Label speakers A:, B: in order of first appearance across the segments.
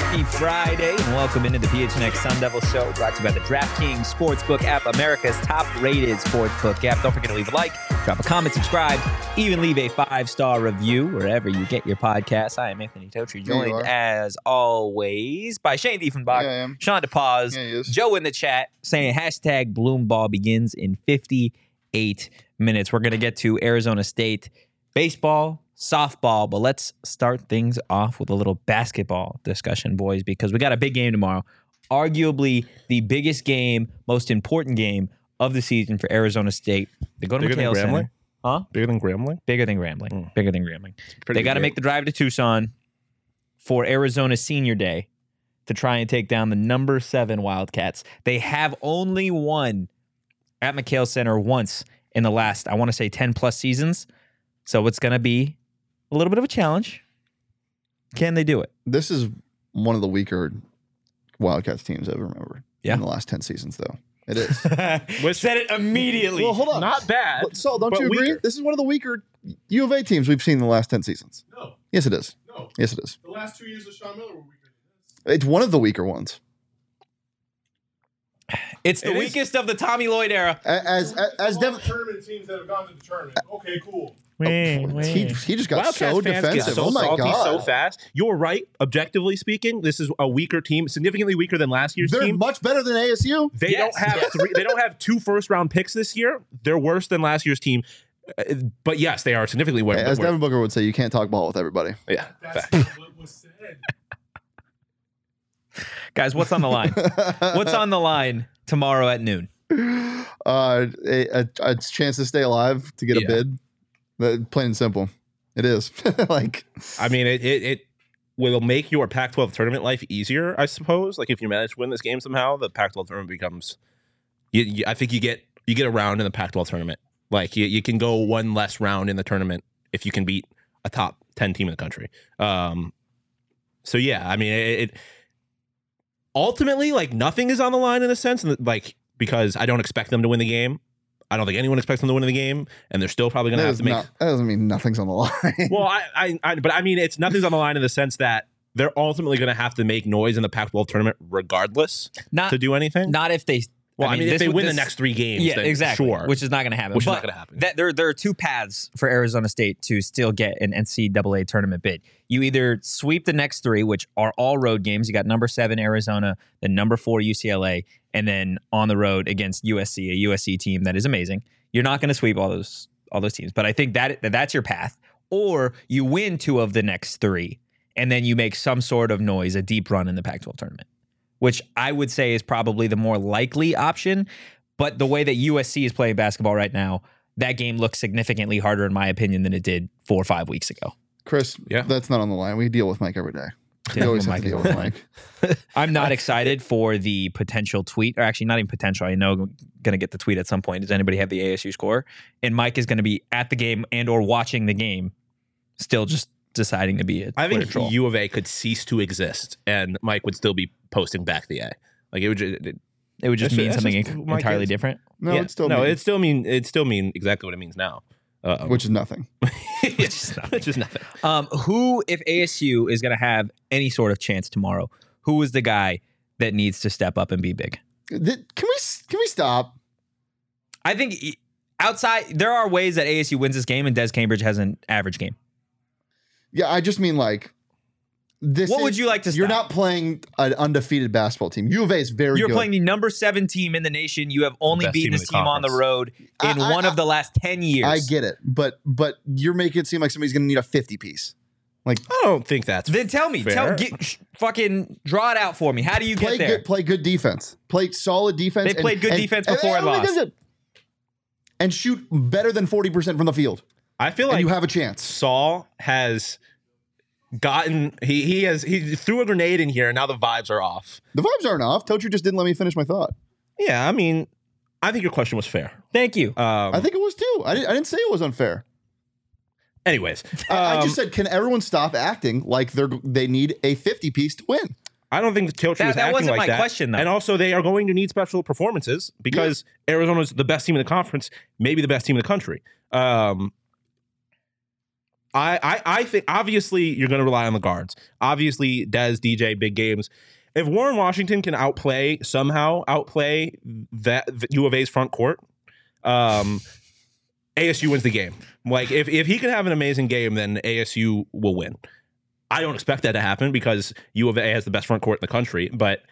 A: Friday, and welcome into the PHNX Sun Devil Show, brought to you by the DraftKings Sportsbook app, America's top-rated sportsbook app. Don't forget to leave a like, drop a comment, subscribe, even leave a five-star review wherever you get your podcasts. I am Anthony Totri,
B: Yeah, you
A: joined
B: are.
A: as always by Shane Diefenbach,
B: Yeah, I am.
A: Sean DePaz,
B: Yeah, he is.
A: Joe in the chat saying hashtag Bloomball begins in 58 minutes. We're going to get to Arizona State baseball, softball, but let's start things off with a little basketball discussion, boys, because we got a big game tomorrow. Arguably the biggest game, most important game of the season for Arizona State. They go to
C: Bigger than
A: McHale
C: Grambling?
A: Center. Huh?
C: Bigger than Grambling?
A: Bigger than Grambling.
C: Mm.
A: Bigger than Grambling
C: Pretty
A: they got to make the drive to Tucson for Arizona Senior Day to try and take down the number seven Wildcats. They have only won at McHale Center once in the last, I want to say, 10 plus seasons. So it's going to be a little bit of a challenge. Can they do it?
B: This is one of the weaker Wildcats teams I've remembered
A: Yeah.
B: in the last 10 seasons, though. It is.
A: Said it immediately.
B: Well, hold on.
C: Not bad.
B: But, Saul, don't
C: but
B: you agree?
C: weaker.
B: This is one of the weaker U of A teams we've seen in the last 10 seasons.
D: No,
B: Yes, it is.
D: no.
B: Yes, it is.
D: The last two years of Sean Miller were weaker than
B: It's one of the weaker ones.
A: it's the
C: It is-
A: weakest of the Tommy Lloyd era.
B: A- As,
D: this.
B: as, as
D: Of all
B: Dev-
D: the tournament teams that have gone to the tournament. Okay, cool.
A: Oh,
B: he, he just got
C: Wildcats
B: so
C: fans
B: defensive.
C: Get so
B: oh my
C: salty
B: god!
C: so fast. You're right. Objectively speaking, this is a weaker team, significantly weaker than last year's
B: They're
C: team.
B: much better than ASU.
C: They
A: Yes,
C: don't have
A: yes.
C: three. They don't have two first round picks this year. They're worse than last year's team. Uh, But yes, they are significantly wor- worse.
B: As Devin Booker would say, you can't talk ball with everybody.
C: yeah.
D: That's what was said.
A: Guys, what's on the line? what's on the line tomorrow at noon?
B: Uh, a, a, a chance to stay alive to get a
C: Yeah.
B: bid. That- plain and simple, it is. like
C: I mean, it, it it will make your Pac-12 tournament life easier, I suppose. Like if you manage to win this game somehow, the Pac-12 tournament becomes. You, you, I think you get you get a round in the Pac-12 tournament. Like you, you can go one less round in the tournament if you can beat a top ten team in the country. Um, so yeah, I mean, it, it ultimately like nothing is on the line in a sense, and like because I don't expect them to win the game. I don't think anyone expects them to win the game, and they're still probably going
B: that,
C: to have
B: is
C: to make
B: not- that doesn't mean nothing's on the line.
C: well, I, I, I, but I mean, it's nothing's on the line in the sense that they're ultimately going to have to make noise in the Pac-12 tournament, regardless,
A: Not
C: to do anything.
A: not if they
C: well,
A: Uh, I
C: I mean,
A: mean,
C: if
A: this
C: they
A: would-
C: win
A: this-
C: the next three games,
A: yeah,
C: then
A: exactly.
C: sure,
A: Which is not going to happen.
C: Which is
A: But
C: not going to happen.
A: That there, there are two paths for Arizona State to still get an NCAA tournament bid. You either sweep the next three, which are all road games. You got number seven Arizona, then number four UCLA, and then on the road against USC, a USC team that is amazing. You're not going to sweep all those all those teams, but I think that, that that's your path. Or you win two of the next three, and then you make some sort of noise, a deep run in the Pac-12 tournament, which I would say is probably the more likely option. But the way that USC is playing basketball right now, that game looks significantly harder, in my opinion, than it did four or five weeks ago.
B: Chris,
C: Yeah.
B: that's not on the line. We deal with Mike every day. We
A: Yeah,
B: always have
A: Mike
B: to deal
A: is
B: with
A: on the
B: Mike.
A: I'm not excited for the potential tweet, or actually not even potential. I know I'm gonna get the tweet at some point. Does anybody have the ASU score? And Mike is gonna be at the game and or watching the game, still just deciding to be a
C: I think
A: Twitter troll.
C: U of A could cease to exist, and Mike would still be posting back the A. Like it would. ju- It,
A: it would just
C: That's-
A: mean
C: that's
A: something
C: just
A: en-
C: who Mike
A: entirely
C: is.
A: different.
B: No,
C: yeah.
B: it's still
C: no.
B: me,
C: It still mean it still mean exactly what it means now. Uh,
B: which is nothing.
A: Which is nothing.
C: which is nothing.
A: Um, who, if ASU is gonna have any sort of chance tomorrow, who is the guy that needs to step up and be big?
B: Th- Can we s- can we stop?
A: I think e- outside there are ways that ASU wins this game and Des Cambridge has an average game.
B: Yeah, I just mean like this.
A: what would
B: is-
A: you like to
B: You're
A: stop?
B: not playing an undefeated basketball team. U of A is very
A: You're
B: good.
A: playing the number seven team in the nation. You have only
C: Best
A: beaten
C: team
A: this
C: in the
A: team on the
C: conference.
A: road
B: I-
A: in
B: I-
A: one of the last ten years.
B: I get it, but but you're making it seem like somebody's going to need a 50 piece.
C: I don't think that's
A: Then tell me,
C: Fair.
A: tell get, sh- fucking draw it out for me. How do you
B: Play
A: get there?
B: good, play good defense. Play solid defense.
A: They played good defense before and
B: oh my
A: lost.
B: goodness. And shoot better than 40% from the field,
C: I feel
B: and
C: like
B: you have a chance.
C: Saul has gotten he he has he threw a grenade in here and now the vibes are off.
B: The vibes aren't off. Tochu just didn't let me finish my thought.
C: Yeah, I mean, I think your question was fair.
A: Thank you.
C: Um,
B: I think it was too. I didn't, I didn't say it was unfair.
C: anyways,
B: I- I
C: um,
B: just said, can everyone stop acting like they're they need a 50 piece to win?
C: I don't think Tiltree
A: That-
C: was
A: that
C: acting
A: wasn't
C: like
A: my
C: that.
A: question, though.
C: And also, they are going to need special performances because Arizona's the best team in the conference, maybe the best team in the country. Um, I, I, I think obviously you're going to rely on the guards. Obviously, Dez, DJ, big games. If Warren Washington can outplay somehow outplay that the U of A's front court, um, ASU wins the game. Like if if he can have an amazing game, then ASU will win. I don't expect that to happen because U of A has the best front court in the country. But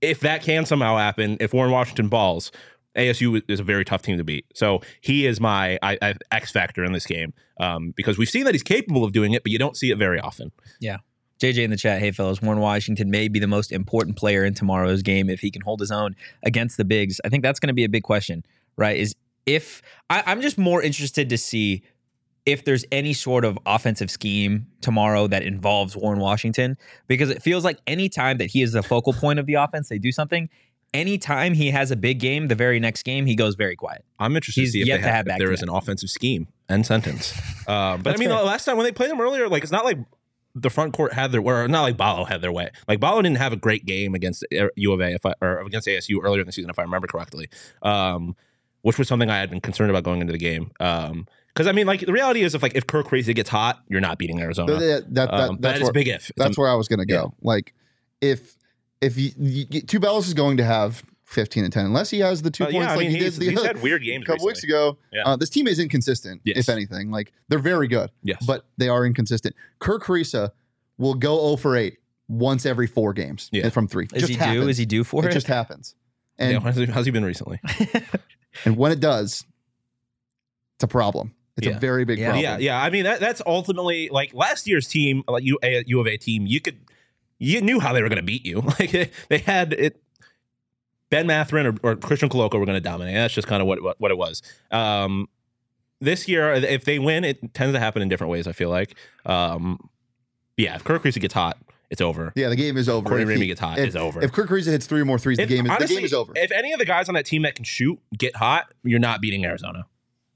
C: if that can somehow happen, if Warren Washington balls, ASU is a very tough team to beat. So he is my I, I, X factor in this game um, because we've seen that he's capable of doing it, but you don't see it very often.
A: JJ in the chat, hey fellas, Warren Washington may be the most important player in tomorrow's game if he can hold his own against the bigs. I think that's going to be a big question, right? Is if I, I'm just more interested to see if there's any sort of offensive scheme tomorrow that involves Warren Washington, because it feels like any time that he is the focal point of the offense, they do something. Anytime he has a big game, the very next game he goes very quiet.
C: I'm interested
A: He's
C: to see if,
A: yet
C: they
A: to
C: have,
A: have
C: if
A: back
C: there
A: to
C: is an offensive scheme and sentence. Um, but I mean, the last time when they played them earlier, like it's not like the front court had their or not like Balo had their way. Like Balo didn't have a great game against U of A if I, or against ASU earlier in the season, if I remember correctly, um, which was something I had been concerned about going into the game. Because I mean, like the reality is, if like if Kirk Crazy gets hot, you're not beating Arizona.
B: Th- th- that, that,
C: Um, that
B: that's
C: is
B: where,
C: a big if. It's a-
B: that's where I was going to go. Like, if if you, you, two bells is going to have 15 and 10, unless he has the two
C: Uh,
B: points
C: yeah, I
B: like
C: mean,
B: he did
C: he's,
B: the
C: he's
B: other
C: had weird games.
B: couple
C: recently.
B: weeks ago.
C: Yeah.
B: Uh, this team is inconsistent,
C: Yes.
B: if anything. Like they're very good,
C: Yes,
B: but they are inconsistent. Kirk Carissa will go 0 for 8 once every four games
C: Yeah.
B: from three.
A: Is
B: just
A: he
B: happens.
A: due? Is he due for
B: it
A: it?
B: just happens.
C: Yeah,
B: And
C: how's, he, how's he been recently?
B: and when it does, it's a problem. It's
C: Yeah.
B: a very big
A: Yeah.
B: problem.
C: Yeah, yeah. I mean, that, that's ultimately like last year's team, like U, A, U of A team. You could, you knew how they were going to beat you. Like they had it. Ben Matherin or, or Christian Coloco were going to dominate. That's just kind of what, what what it was. Um, this year, if they win, it tends to happen in different ways. I feel like, um, yeah, if Kirk Creasy gets hot, it's over.
B: Yeah, the game is over.
C: Corey
B: If he-
C: Ramey gets hot,
B: if-
C: it's over.
B: If Kirk Carissa hits three more threes,
C: If-
B: the game is
C: honestly,
B: the game is over.
C: If any of the guys on that team that can shoot get hot, you're not beating Arizona.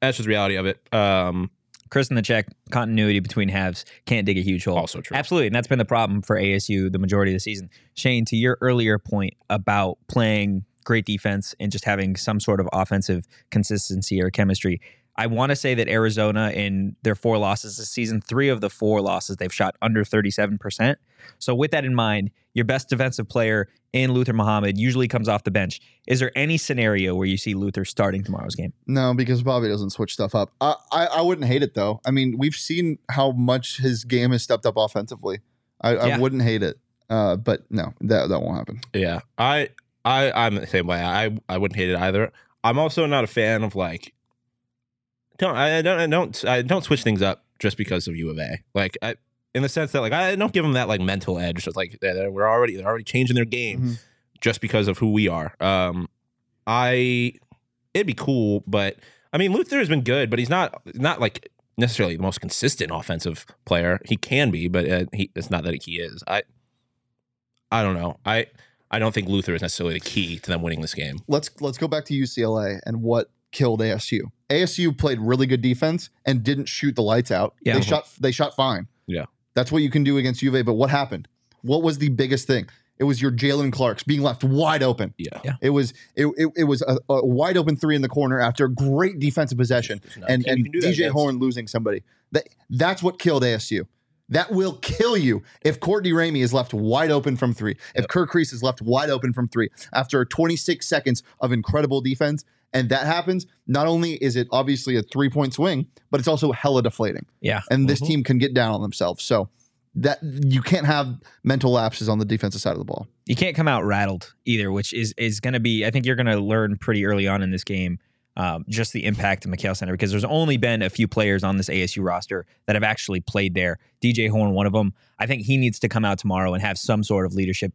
C: That's just the reality of it. Um,
A: Chris in the check, continuity between halves can't dig a huge hole.
C: also true.
A: Absolutely. And that's been the problem for ASU the majority of the season. Shane, to your earlier point about playing great defense and just having some sort of offensive consistency or chemistry, I want to say that Arizona, in their four losses this season, three of the four losses, they've shot under 37%. So, with that in mind, your best defensive player in Luther Muhammad usually comes off the bench. Is there any scenario where you see Luther starting tomorrow's game?
B: No, because Bobby doesn't switch stuff up. I, I I wouldn't hate it though. I mean, we've seen how much his game has stepped up offensively. I,
A: Yeah.
B: I wouldn't hate it. Uh, but no, that that won't happen.
C: Yeah, I, I, I'm the same way. I, I wouldn't hate it either. I'm also not a fan of like, don't I I don't I don't I don't switch things up just because of U of A. Like, I, in the sense that like I don't give them that like mental edge. It's like they're, they're- we're already they're already changing their game
B: Mhm.
C: just because of who we are. Um, I, it'd be cool, but I mean Luther has been good, but he's not not like necessarily the most consistent offensive player. He can be, but uh, he it's not that he is. I, I don't know. I. I don't think Luther is necessarily the key to them winning this game.
B: Let's let's go back to UCLA and what killed ASU. ASU played really good defense and didn't shoot the lights out.
A: Yeah.
B: They shot they shot fine.
C: Yeah.
B: That's what you can do against UVA, but what happened? What was the biggest thing? It was your Jalen Clarks being left wide open.
C: Yeah.
A: Yeah.
B: It was it, it, it was a, a wide open three in the corner after a great defensive possession. and, and DJ Horn losing somebody. That that's what killed ASU. That will kill you if Courtney Ramey is left wide open from three. If Kirk Reese is left wide open from three after 26 seconds of incredible defense, and that happens, not only is it obviously a three point swing, but it's also hella deflating.
A: Yeah.
B: And this
C: Mhm.
B: team can get down on themselves. So that you can't have mental lapses on the defensive side of the ball.
A: you can't come out rattled either, which is is going to be. I think you're going to learn pretty early on in this game um, just the impact of McHale Center because there's only been a few players on this ASU roster that have actually played there. DJ Horn, one of them. I think he needs to come out tomorrow and have some sort of leadership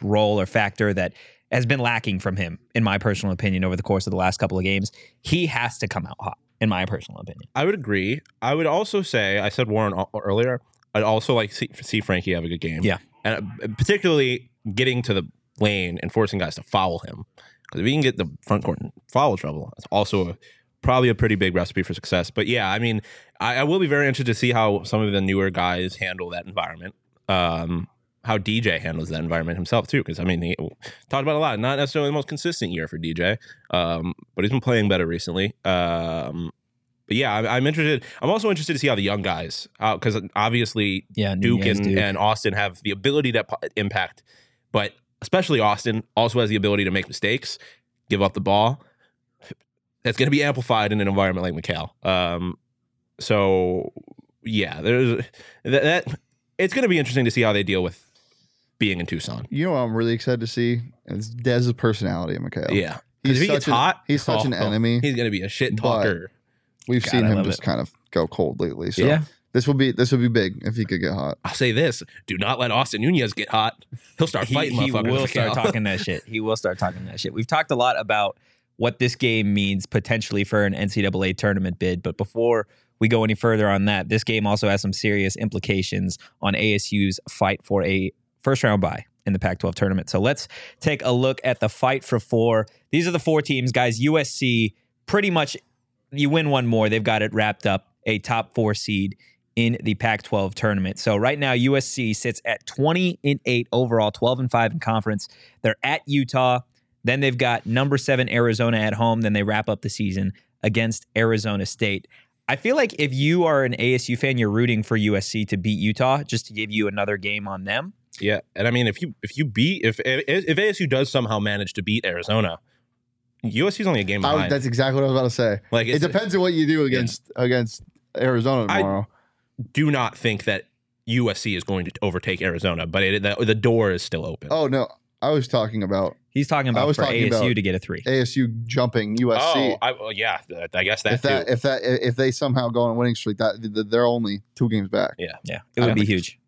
A: role or factor that has been lacking from him, in my personal opinion, over the course of the last couple of games. He has to come out hot, in my personal opinion.
C: I would agree. I would also say I said Warren al- earlier. I'd also like see, see Frankie have a good game.
A: Yeah.
C: and uh, particularly getting to the lane and forcing guys to foul him because if he can get the front court in foul trouble, it's also a, probably a pretty big recipe for success. But yeah, I mean, I, I will be very interested to see how some of the newer guys handle that environment. Um, how DJ handles that environment himself too, because I mean, he talked about a lot. Not necessarily the most consistent year for DJ, um, but he's been playing better recently. Um, But yeah, I'm, I'm interested. I'm also interested to see how the young guys, because obviously
A: Yeah,
C: Duke
A: Nunez,
C: and,
A: Duke.
C: and Austin have the ability to po- impact, but especially Austin also has the ability to make mistakes, give up the ball. That's going to be amplified in an environment like McHale. Um, so yeah, there's that, that. It's going to be interesting to see how they deal with being in Tucson.
B: You know what I'm really excited to see? It's Dez's personality, Mikhail.
C: Yeah,
B: He's
C: if he
B: such
C: gets
B: an-
C: hot, oh.
B: he's such an enemy.
C: He's going to be a shit
B: But-
C: talker.
B: We've
A: God,
B: seen
A: I
B: him
A: love
B: just
A: it.
B: kind of go cold lately. So
A: Yeah.
B: this will be this will be big if he could get hot.
C: I'll say this: Do not let Austin Nunez get hot. He'll start
A: he,
C: fighting.
A: he
C: motherfuckers
A: will
C: with
A: start
C: Cal.
A: talking that shit. He will start talking that shit. We've talked a lot about what this game means potentially for an NCAA tournament bid, but before we go any further on that, this game also has some serious implications on ASU's fight for a first round bye in the Pac 12 tournament. So let's take a look at the fight for four. These are the four teams, guys. USC, pretty much, you win one more, they've got it wrapped up, a top four seed in the Pac 12 tournament. So right now, USC sits at 20 and 8 overall, 12 and 5 in conference. They're at Utah. Then they've got number seven Arizona at home. Then they wrap up the season against Arizona State. I feel like if you are an ASU fan, you're rooting for USC to beat Utah just to give you another game on them.
C: Yeah, and I mean, if you if you beat if if, if ASU does somehow manage to beat Arizona, USC's only a game
B: I,
C: behind.
B: that's exactly what I was about to say.
C: like,
B: It
C: it's,
B: depends on what you do against against Arizona
C: I-
B: tomorrow.
C: do not think that USC is going to overtake Arizona, but it, the, the door is still open.
B: oh no, I was talking about
A: He's talking
B: I
A: about
B: was
A: for
B: talking
A: ASU
B: about-
A: to get a three.
B: ASU jumping USC.
C: Oh, I, well, yeah, th- I guess that,
B: if that
C: too.
B: if that if they somehow go on a winning streak, that th- th- they're only two games back.
A: Yeah, it
C: I
A: would
C: don't
A: be
C: think-
A: huge.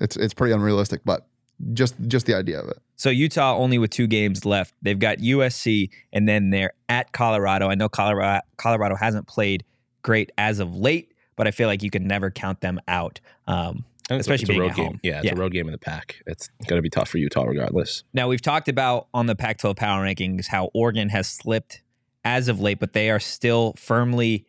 B: It's it's pretty unrealistic, but just just the idea of it.
A: So Utah only with two games left. They've got USC and then they're at Colorado. I know Colorado Colorado hasn't played great as of late, but I feel like you can never count them out. Um,
C: And it's a-
A: especially
C: it's a
A: being
C: road
A: at
C: game.
A: home.
C: Yeah, it's
A: Yeah.
C: a road game in the pack. It's going to be tough for Utah regardless.
A: now we've talked about on the Pac-12 power rankings how Oregon has slipped as of late, but they are still firmly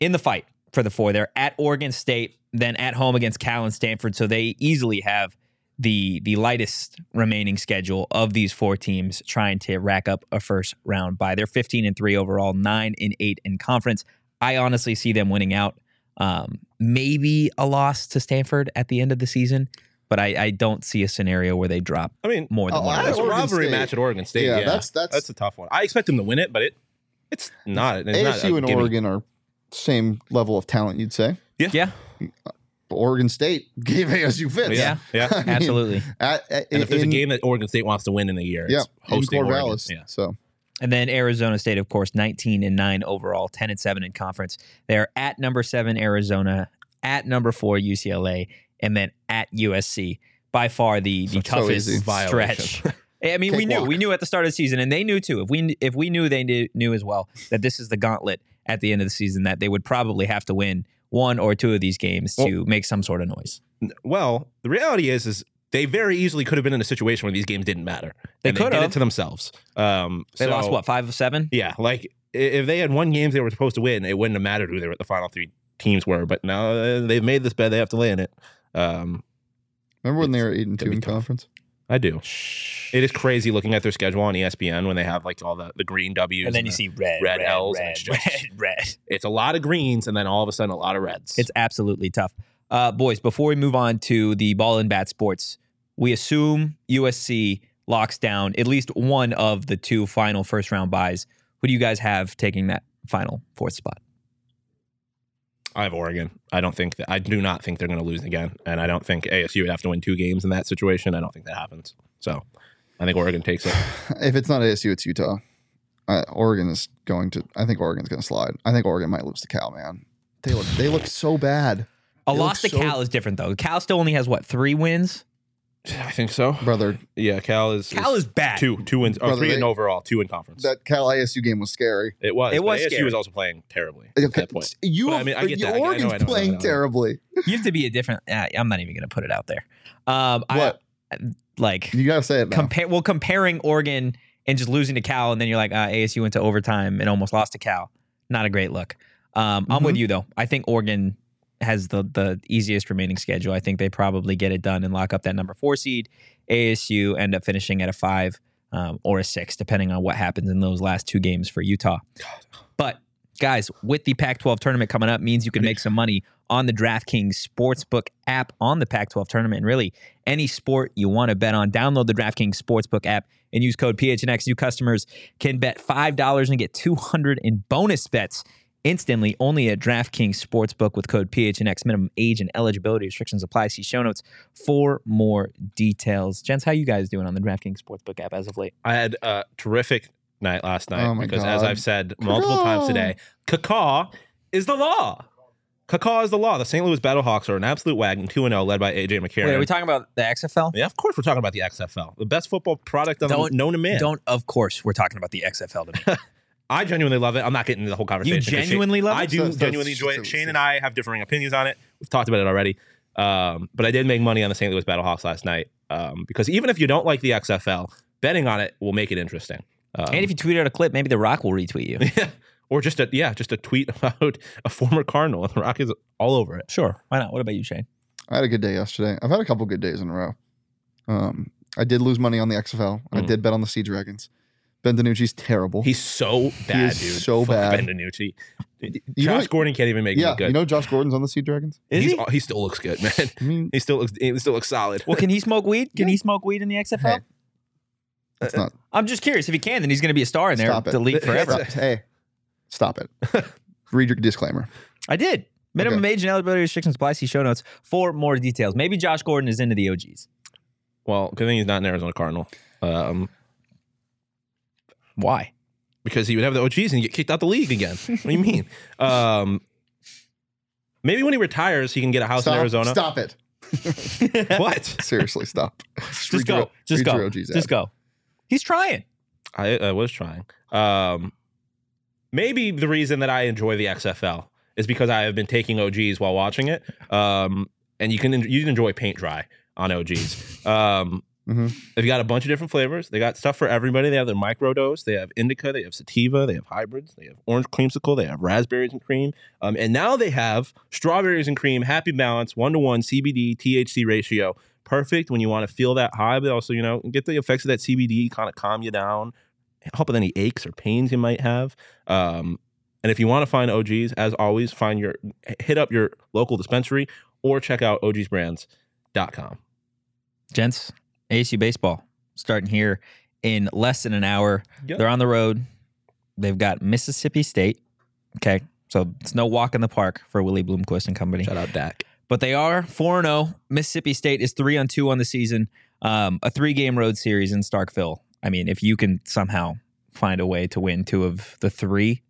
A: in the fight for the four. They're at Oregon State, then at home against Cal and Stanford, so they easily have the the lightest remaining schedule of these four teams trying to rack up a first round bye. They're 15 and 3 overall, 9 and 8 in conference. I honestly see them winning out. Um, maybe a loss to Stanford at the end of the season, but I, I don't see a scenario where they drop
C: I mean,
A: more than
B: Oh,
A: one. of
B: I-
A: those.
C: that's a
B: Oregon
C: robbery
B: State.
C: match at Oregon State.
B: yeah,
C: Yeah,
B: that's that's,
C: that's a tough one. I expect them to win it, but it it's not. It's not
B: ASU
C: a
B: and
C: gimme.
B: Oregon are same level of talent, you'd say.
A: Yeah.
B: But Oregon State gave ASU fits.
C: Yeah, yeah.
B: I mean,
A: Absolutely.
B: at- at-
C: And if there's
B: in-
C: a game that Oregon State wants to win in the year,
B: yeah,
C: it's
B: in
C: hosting Oregon.
B: Corvallis.
C: Yeah.
B: So
A: And then Arizona State, of course, 19 and 9 overall, 10 and 7 in conference. They're at number 7 Arizona, at number 4 UCLA, and then at USC. By far the, the
B: So- so
A: toughest
B: easy.
A: stretch. I mean, we knew
B: Cakewalk.
A: we knew at the start of the season, and they knew too. If we if we knew, they knew, knew as well that this is the gauntlet at the end of the season that they would probably have to win one or two of these games to make some sort of noise.
C: Well, the reality is, is they very easily could have been in a situation where these games didn't matter.
A: They
C: And
A: could
C: did
A: have.
C: it to themselves. Um,
A: They
C: so-
A: lost what five of seven.
C: Yeah, like i- if they had won games they were supposed to win, it wouldn't have mattered who they were, the final three teams were. But now uh, they've made this bed; they have to lay in it. Um,
B: remember when they were eight and
C: It's
B: two
C: gonna
B: in
C: be tough.
B: conference?
C: I do. It is crazy looking at their schedule on E ESPN when they have like all the, the green W's.
A: and then you
C: the-
A: see red,
C: red Ls, and
A: red,
C: it's
A: red,
C: just-
A: red.
C: it's a lot of greens, and then all of a sudden a lot of reds.
A: It's absolutely tough. Uh, boys, before we move on to the ball and bat sports, we assume USC locks down at least one of the two final first round buys. Who do you guys have taking that final fourth spot?
C: I have Oregon. I don't think that I do not think they're going to lose again, and I don't think ASU would have to win two games in that situation. I don't think that happens. So I think Oregon takes it.
B: If it's not ASU, it's Utah. Uh, Oregon is going to. I think Oregon's going to slide. I think Oregon might lose to Cal. Man, they look they look so bad,
A: A
B: It
A: loss to
B: looks so-
A: Cal is different, though. Cal still only has what three wins.
C: I think so.
B: brother.
C: Yeah, Cal is
A: Cal is bad.
C: two two wins or
B: Brother,
C: three in
B: they-
C: overall, two in conference.
B: That Cal ASU game was scary.
C: it was.
A: It
C: but
A: was
C: ASU
A: scary.
C: was also playing terribly at
B: Okay,
C: that point.
B: You,
C: But I
B: have-
C: mean, I get that. I know, I
B: Oregon's
C: know, I know,
B: playing
C: I know.
B: terribly.
A: You have to be a different. Uh, I'm not even going to put it out there. Um,
B: What?
A: I, like
B: You gotta say it. Now.
A: compare? Well, comparing Oregon and just losing to Cal, and then you're like uh, ASU went to overtime and almost lost to Cal. Not a great look. Um, I'm with you though. I think Oregon has the the easiest remaining schedule. I think they probably get it done and lock up that number four seed. ASU end up finishing at a five um, or a six, depending on what happens in those last two games for Utah. But guys, with the Pac 12 tournament coming up, means you can make some money on the DraftKings Sportsbook app on the Pac 12 tournament. And really, any sport you want to bet on, download the DraftKings Sportsbook app and use code PHNX. New customers can bet $5 and get 200 in bonus bets instantly only at DraftKings Sportsbook with code PHNX. Minimum age and eligibility restrictions apply. See show notes for more details. Gents, how you guys doing on the DraftKings Sportsbook app as of late?
C: I had a terrific night last night
B: Oh my
C: because,
B: God.
C: as I've said multiple times
B: Cacaw.
C: today, caca is the law. Caca is the law. The St. Louis Battlehawks are an absolute wagon, 2 0, led by AJ McCarron.
A: Wait, are we talking about the XFL?
C: yeah, of course, we're talking about the XFL, the best football product on
A: Don't-
C: known to man.
A: Don't, of course, we're talking about the XFL to me.
C: I genuinely love it. I'm not getting into the whole conversation. 'cause Shane-
A: genuinely love it?
C: I do
B: So- so-
C: genuinely enjoy
B: so-
C: it. Shane and I have differing opinions on it. We've talked about it already. Um, but I did make money on the St. Louis Battlehawks last night um, because even if you don't like the XFL, betting on it will make it interesting. Um,
A: and if you tweet out a clip, maybe The Rock will retweet you.
C: or just a yeah, just a tweet about a former Cardinal and the Rockies all over it.
A: Sure. Why not? What about you, Shane?
B: I had a good day yesterday. I've had a couple good days in a row. Um, I did lose money on the XFL. I
C: Mm.
B: did bet on the Sea Dragons. Ben DiNucci's terrible.
C: He's so bad,
B: is
C: dude.
B: so
C: Fuck
B: bad.
C: Ben DiNucci.
B: know
C: Josh
B: what-
C: Gordon can't even make him
B: yeah,
C: look good.
B: you know Josh Gordon's on the Sea Dragons.
A: Is
C: He's-
A: he?
C: he still looks good, man.
B: I mean,
C: He still looks he still looks solid.
A: Well, can he smoke weed? Can he smoke weed in the XFL?
B: Hey. that's not
A: Uh, I'm just curious. If he can, then he's going to be a star in there.
B: Stop it.
A: The league forever.
B: stop, hey, stop it. Read your disclaimer.
A: I did. Minimum age and eligibility restrictions apply. See show notes for more details. Maybe Josh Gordon is into the OGs.
C: well, good thing he's not an Arizona Cardinal. Um,
A: Why?
C: because he would have the OGs and get kicked out the league again. What do you mean? Um, maybe when he retires, he can get a house
B: stop,
C: in Arizona.
B: Stop it.
C: What?
B: Seriously, stop.
A: Just go. Just go. Just go. He's trying.
C: I, I was trying. Um, maybe the reason that I enjoy the XFL is because I have been taking OGs while watching it. Um, and you can en- you can enjoy paint dry on OGs. Um,
B: Mhm.
C: They've got a bunch of different flavors. They got stuff for everybody. They have their microdose. They have indica. They have sativa. They have hybrids. They have orange creamsicle. They have raspberries and cream. Um, and now they have strawberries and cream. Happy balance, one to one CBD THC ratio. Perfect when you want to feel that high, but also you know get the effects of that CBD kind of calm you down, help with any aches or pains you might have. Um, and if you want to find OGs, as always, find your hit up your local dispensary or check out ogsbrands.com.
A: Gents, ASU baseball starting here in less than an hour.
C: Yep.
A: They're on the road. They've got Mississippi State. Okay. So it's no walk in the park for Willie Bloomquist and company.
C: Shout out Dak.
A: but they are 4 0. Mississippi State is 3 on 2 on the season. Um, a three game road series in Starkville. I mean, if you can somehow find a way to win two of the three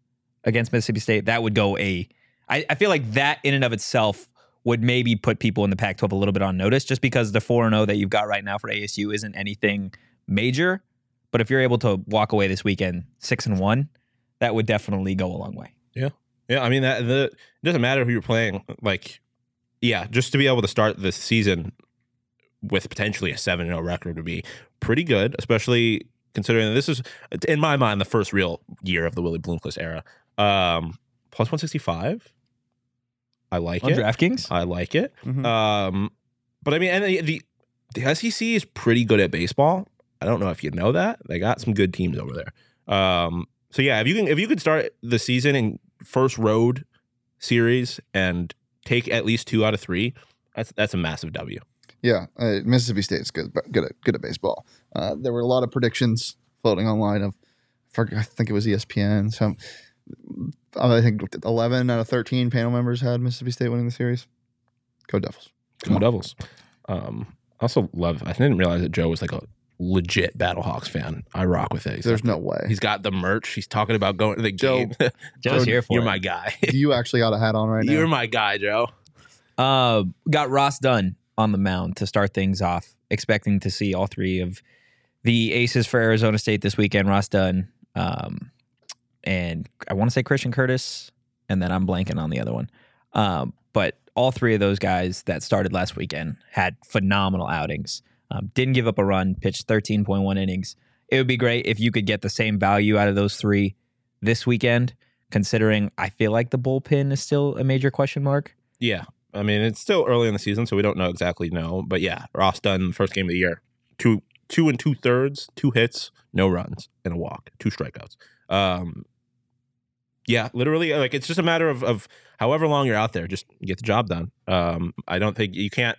A: against Mississippi State, that would go a. I, I feel like that in and of itself would maybe put people in the Pac 12 a little bit on notice just because the 4 0 that you've got right now for ASU isn't anything major. But if you're able to walk away this weekend 6 and 1, that would definitely go a long way.
C: Yeah, I mean that the it doesn't matter who you're playing. Like, yeah, just to be able to start the season with potentially a seven 0 record would be pretty good, especially considering that this is in my mind the first real year of the Willie Bloomquist era. Um, plus one sixty five. I like
A: On
C: it.
A: DraftKings?
C: I like it.
B: Mhm.
A: Hmm.
C: Um, but I mean, and the, the the SEC is pretty good at baseball. I don't know if you know that they got some good teams over there. Um, so yeah, if you can if you could start the season in first road series and take at least two out of three, that's that's a massive W.
B: Yeah, uh, Mississippi State's good, but good at good at baseball. Uh, there were a lot of predictions floating online of, I forg- I think it was E ESPN. Some, uh, I think eleven out of thirteen panel members had Mississippi State winning the series. Go Devils!
C: Go Devils. Um, I also love. I didn't realize that Joe was like a legit Battlehawks fan. I rock with it. He's,
B: There's no way.
C: he's got the merch. He's talking about going to the
B: Joe,
C: game.
A: Joe's here for
C: You're
A: it.
C: my guy.
B: you actually got a hat on right now.
C: You're my guy, Joe.
A: Uh, got Ross Dunn on the mound to start things off, expecting to see all three of the aces for Arizona State this weekend. Ross Dunn, um, and I want to say Christian Curtis, and then I'm blanking on the other one. Um, but all three of those guys that started last weekend had phenomenal outings. Um, didn't give up a run, pitched 13.1 innings. It would be great if you could get the same value out of those three this weekend, considering I feel like the bullpen is still a major question mark.
C: Yeah. I mean, it's still early in the season, so we don't know exactly. No, but yeah, Ross Dunn, first game of the year, two two and two thirds, two hits, no runs, and a walk, two strikeouts. Um, Yeah, literally, like it's just a matter of of however long you're out there, just get the job done. Um, I don't think you can't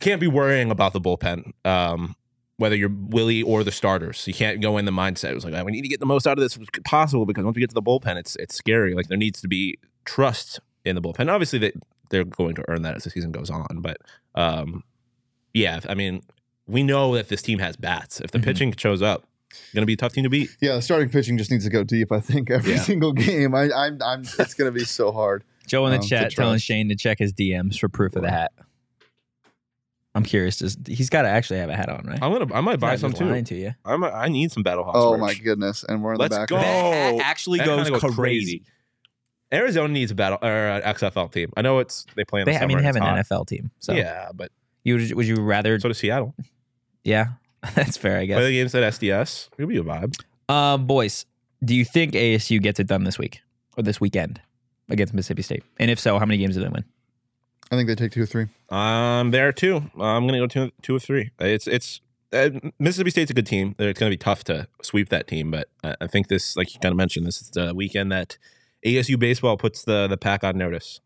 C: can't be worrying about the bullpen, um, whether you're Willie or the starters. You can't go in the mindset. It was like "Ah, we need to get the most out of this possible because once we get to the bullpen, it's it's scary. Like there needs to be trust in the bullpen. Obviously, they they're going to earn that as the season goes on, but um, yeah, I mean, we know that this team has bats. If the
A: Mhm.
C: pitching shows up, it's gonna be a tough team to beat.
B: Yeah, the starting pitching just needs to go deep. I think every
C: Yeah.
B: single game. I, I'm, I'm. It's gonna be so hard.
A: Joe in the
C: Oh,
B: Um, to
A: chat telling
B: trust.
A: Shane to check his DMs for proof of the hat. I'm curious. Does, he's got to actually have a hat on, right?
C: I'm gonna I might
A: He's
C: buy
A: not
C: some
A: just
C: too.
A: lying to you.
C: I'm a, I need some Battlehawks.
B: oh
C: merch.
B: my goodness! And we're in
C: Let's
B: the back.
C: go.
A: That
C: Oh,
A: hat actually
C: that
A: goes
C: kinda goes
A: crazy.
C: crazy. Arizona needs a battle or uh, a XFL team. I know it's they play in the
A: They, I mean,
C: summer
A: they
C: and
A: have
C: it's
A: an
C: hot.
A: NFL team. So
C: Yeah, but
A: you would, would you rather?
C: so does Seattle.
A: yeah, that's fair, I
C: Play
A: guess.
C: the games at SDS. It'll be a vibe.
A: Uh, boys, do you think ASU gets it done this week or this weekend against Mississippi State? And if so, how many games do they win?
B: I think they take two or three.
C: Um, there too. I'm gonna go two, two or three. It's it's uh, Mississippi State's a good team. It's gonna be tough to sweep that team, but I, I think this, like you kind of mentioned, this is the weekend that ASU baseball puts the the pack on notice.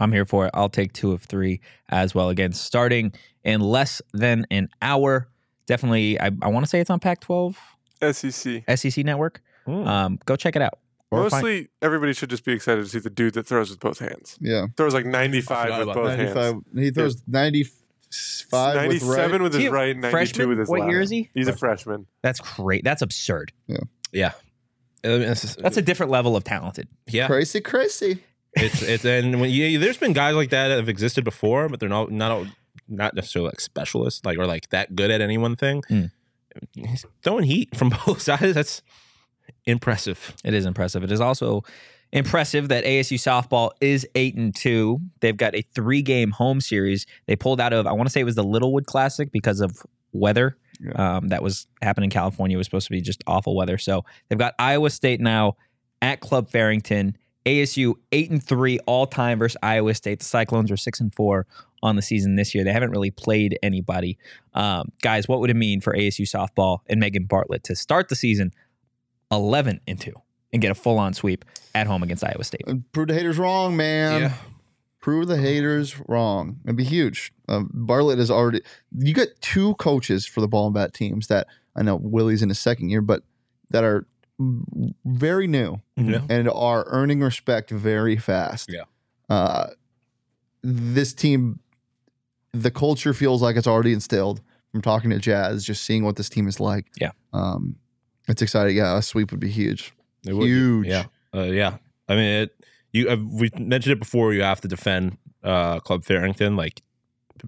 A: I'm here for it. I'll take two of three as well. Again, starting in less than an hour. Definitely, I, I want to say it's on Pac 12
E: SEC.
A: SEC E network.
C: Hmm.
A: Um, go check it out. Or find-
E: Mostly, everybody should just be excited to see the dude that throws with both hands.
B: Yeah,
E: Throws like
C: I
E: 95
C: forgot
E: with
C: about
E: both
C: that.
E: hands.
B: ninety-five. He throws ninety-five. with right.
E: 97 with,
A: Is he
E: his
A: a
E: right, 92
A: freshman?
E: with his
A: what
E: left.
A: year is he?
E: He's a freshman.
A: That's great. That's absurd.
C: I mean, it's just-
A: That's a different level of talented.
C: yeah.
B: Crazy, crazy.
C: It's it's and when you, there's been guys like that that have existed before, but they're not not all- not necessarily like specialists, like or like that good at any one thing.
A: Mm.
C: He's throwing heat from both sides. That's impressive.
A: It is impressive. It is also impressive that ASU softball is eight and two. They've got a three game home series. They pulled out of I want to say it was the Littlewood Classic because of weather. Um, that was happening in California. It was supposed to be just awful weather. So they've got Iowa State now at Club Farrington. ASU eight and three all time versus Iowa State. The Cyclones are six and four on the season this year. They haven't really played anybody. Um, guys, what would it mean for ASU softball and Megan Bartlett to start the season eleven and two and get a full on sweep at home against Iowa State?
B: And prove the haters wrong, man. Prove the haters wrong. It'd be huge. Um, Bartlett is already. You got two coaches for the ball and bat teams that I know Willie's in his second year, but that are very new
C: Yeah.
B: and are earning respect very fast.
C: Yeah.
B: Uh, this team, the culture feels like it's already instilled from talking to Jazz, just seeing what this team is like.
A: Yeah.
B: Um, it's exciting. Yeah, a sweep would be huge.
C: It would be.
B: Huge.
C: Yeah, uh, yeah. I mean, it, you uh, we mentioned it before. You have to defend uh, Club Farrington. Like,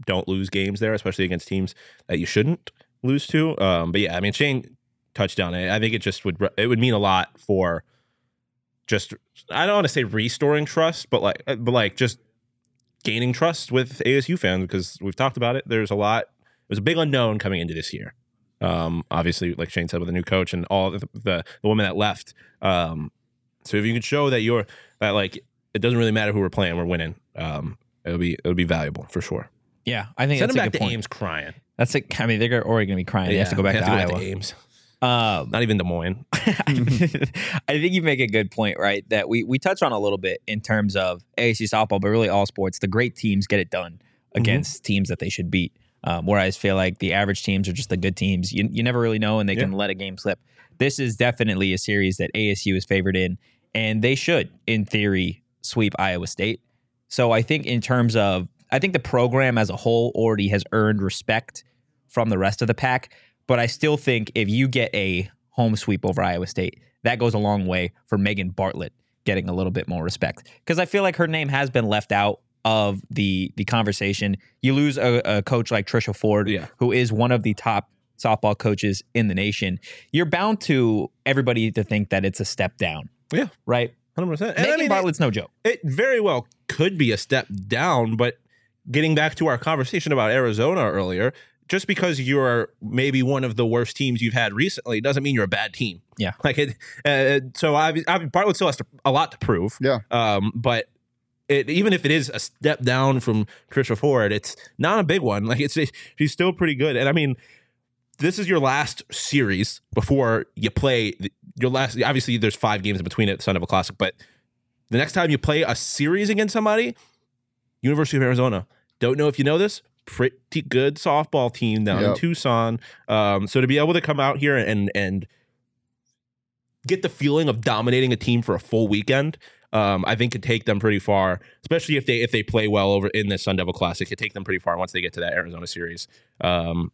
C: don't lose games there, especially against teams that you shouldn't lose to. Um, but yeah, I mean, Shane touchdown. I, I think it just would re- it would mean a lot for just I don't want to say restoring trust, but like uh, but like just gaining trust with ASU fans because we've talked about it. There's a lot. There's a big unknown coming into this year. Um, obviously, like Shane said, with a new coach and all the the, the women that left. Um, so if you can show that you're that like it doesn't really matter who we're playing, we're winning. Um, it'll be it'll be valuable for sure.
A: Yeah, I think
C: Send
A: that's
C: them
A: a
C: back
A: good
C: to
A: point.
C: Ames crying.
A: That's a, I mean, they're already going to be crying. They have to go back to Iowa.
C: Ames.
A: um,
C: Not even Des Moines.
A: I think you make a good point, right? That we we touch on a little bit in terms of ASU softball, but really all sports. The great teams get it done against teams that they should beat. Um, whereas feel like the average teams are just the good teams. You you never really know, and they can let a game slip. This is definitely a series that ASU is favored in, and they should, in theory, sweep Iowa State. So I think in terms of I think the program as a whole already has earned respect from the rest of the pack. But I still think if you get a home sweep over Iowa State, that goes a long way for Megan Bartlett getting a little bit more respect. Because I feel like her name has been left out of the the conversation. You lose a, a coach like Trisha Ford,
C: Yeah.
A: who is one of the top softball coaches in the nation. You're bound to everybody to think that it's a step down.
C: Yeah.
A: Right?
C: Hundred percent. And
A: Megan
C: I mean, it,
A: Bartlett's no joke.
C: it very well could be a step down, but getting back to our conversation about Arizona earlier, just because you're maybe one of the worst teams you've had recently doesn't mean you're a bad team.
A: Yeah.
C: Like it. Uh, so I, I Bartlett still has to, a lot to prove.
B: Yeah.
C: Um, but. It, even if it is a step down from Trisha Ford, it's not a big one. Like it's she's still pretty good, and I mean, this is your last series before you play the- your last. Obviously, there's five games in between it, Sun of a Classic, but the next time you play a series against somebody, University of Arizona. Don't know if you know this. Pretty good softball team down in
B: Yep.
C: Tucson. Um, so to be able to come out here and and get the feeling of dominating a team for a full weekend, um, I think could take them pretty far. Especially if they if they play well over in the Sun Devil Classic, could take them pretty far once they get to that Arizona series. Um,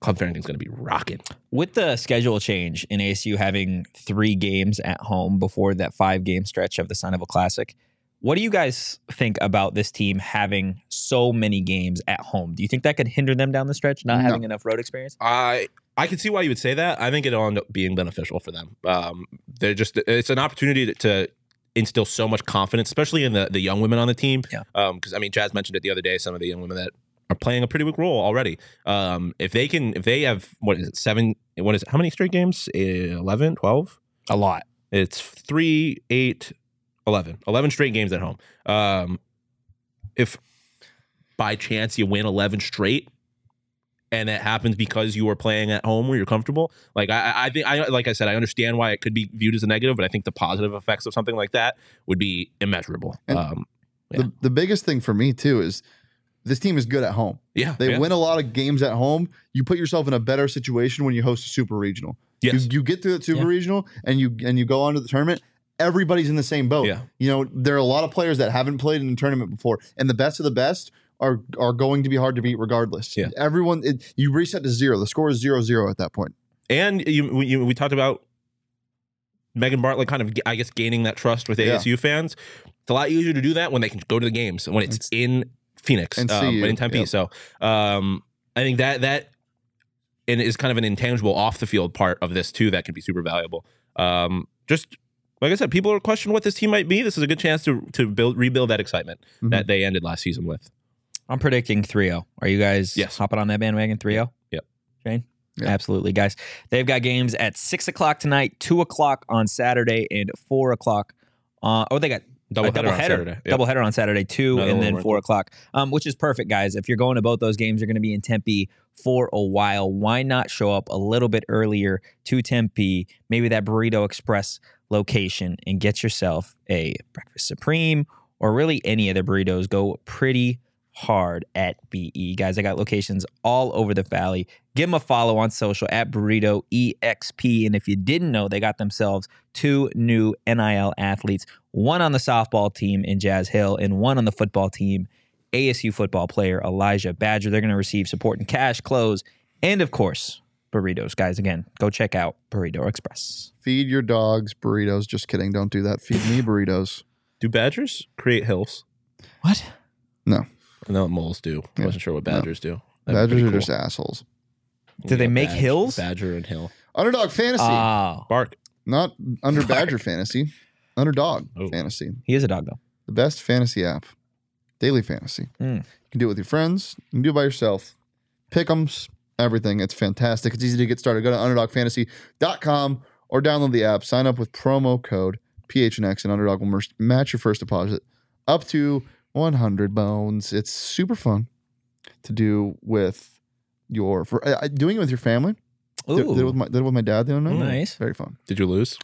C: Club Farrington's going to be rocking.
A: With the schedule change and ASU having three games at home before that five game stretch of the Sun Devil Classic, what do you guys think about this team having so many games at home? Do you think that could hinder them down the stretch, not
B: No.
A: having enough road experience?
C: I I can see why you would say that. I think it'll end up being beneficial for them. Um, they're just it's an opportunity to, to instill so much confidence, especially in the the young women on the team.
A: Yeah.
C: Because I mean, Jazz mentioned it the other day. Some of the young women that are playing a pretty big role already. Um, if they can, if they have what is it seven? What is it? How many straight games? Eh, 11, 12?
A: A lot.
C: It's three, eight, 11. 11 straight games at home. Um, if by chance you win 11 straight and it happens because you are playing at home where you're comfortable, like I, I- I think, I like I said, I understand why it could be viewed as a negative, but I think the positive effects of something like that would be immeasurable.
B: And-
C: um, Yeah.
B: The, the biggest thing for me too is this team is good at home.
C: yeah.
B: They
C: yeah.
B: win a lot of games at home. You put yourself in a better situation when you host a super regional.
C: Yes.
B: You, you get through that super
A: Yeah.
B: regional and you and you go on to the tournament. Everybody's in the same boat.
C: Yeah.
B: You know, there are a lot of players that haven't played in the tournament before, and the best of the best are are going to be hard to beat regardless.
C: Yeah.
B: Everyone, it, you reset to zero. The score is zero zero at that point.
C: And you, we, you, we talked about Megan Bartlett kind of, I guess, gaining that trust with
B: Yeah.
C: ASU fans. It's a lot easier to do that when they can go to the games when it's,
B: It's-
C: in Phoenix
B: And see
C: um,
B: you.
C: in Tempe.
B: Yep.
C: So um, I think that that and is kind of an intangible off the field part of this too that can be super valuable. Um, just like I said, people are questioning what this team might be. This is a good chance to to build rebuild that excitement
B: Mhm.
C: that they ended last season with.
A: I'm predicting 3 0. Are you guys
C: Yes.
A: hopping on that bandwagon 3 0?
C: Yep.
A: Shane?
B: Yeah.
A: Absolutely, guys. They've got games at 6 o'clock tonight, 2 o'clock on Saturday, and 4 o'clock. Uh, oh, they got
C: Double
A: a double header,
C: Yeah.
A: double header on Saturday two,
C: Another
A: and
C: one
A: then
C: worth
A: four o'clock, um, which is perfect, guys. If you're going to both those games, you're going to be in Tempe for a while. Why not show up a little bit earlier to Tempe, maybe that Burrito Express location, and get yourself a breakfast supreme or really any of the burritos. Go pretty hard at BE, guys. I got locations all over the valley. Give them a follow on social at Burrito EXP, and if you didn't know, they got themselves two new NIL athletes one on the softball team in Jazz Hill and one on the football team, ASU football player Elijah Badger. They're going to receive support in cash, clothes, and of course, burritos. Guys, again, go check out Burrito Express.
B: Feed your dogs burritos. Just kidding. Don't do that. Feed me burritos.
C: Do badgers create hills?
A: What?
C: I know what moles do. I
B: Yeah.
C: wasn't sure what
B: No.
C: badgers do. That'd be
B: Badgers
C: pretty
B: are
C: cool.
B: just assholes.
A: Do they make hills?
C: Badger and hill.
B: Underdog fantasy,
C: Uh,
A: Oh,
C: Bark.
B: not under
A: Bark.
B: Badger fantasy. Underdog
C: Oh.
B: fantasy.
A: he is a dog, though.
B: The best fantasy app. Daily fantasy.
A: Mm.
B: You can do it with your friends. You can do it by yourself. Pick'ems, everything. It's fantastic. It's easy to get started. Go to underdogfantasy.com or download the app. Sign up with promo code PHNX and Underdog will mer- match your first deposit up to 100 bones. It's super fun to do with your for, uh, uh, doing it with your family. Did, did it with
A: Ooh,
B: my did it with my dad the other night.
A: Nice.
B: Very fun.
C: Did you lose?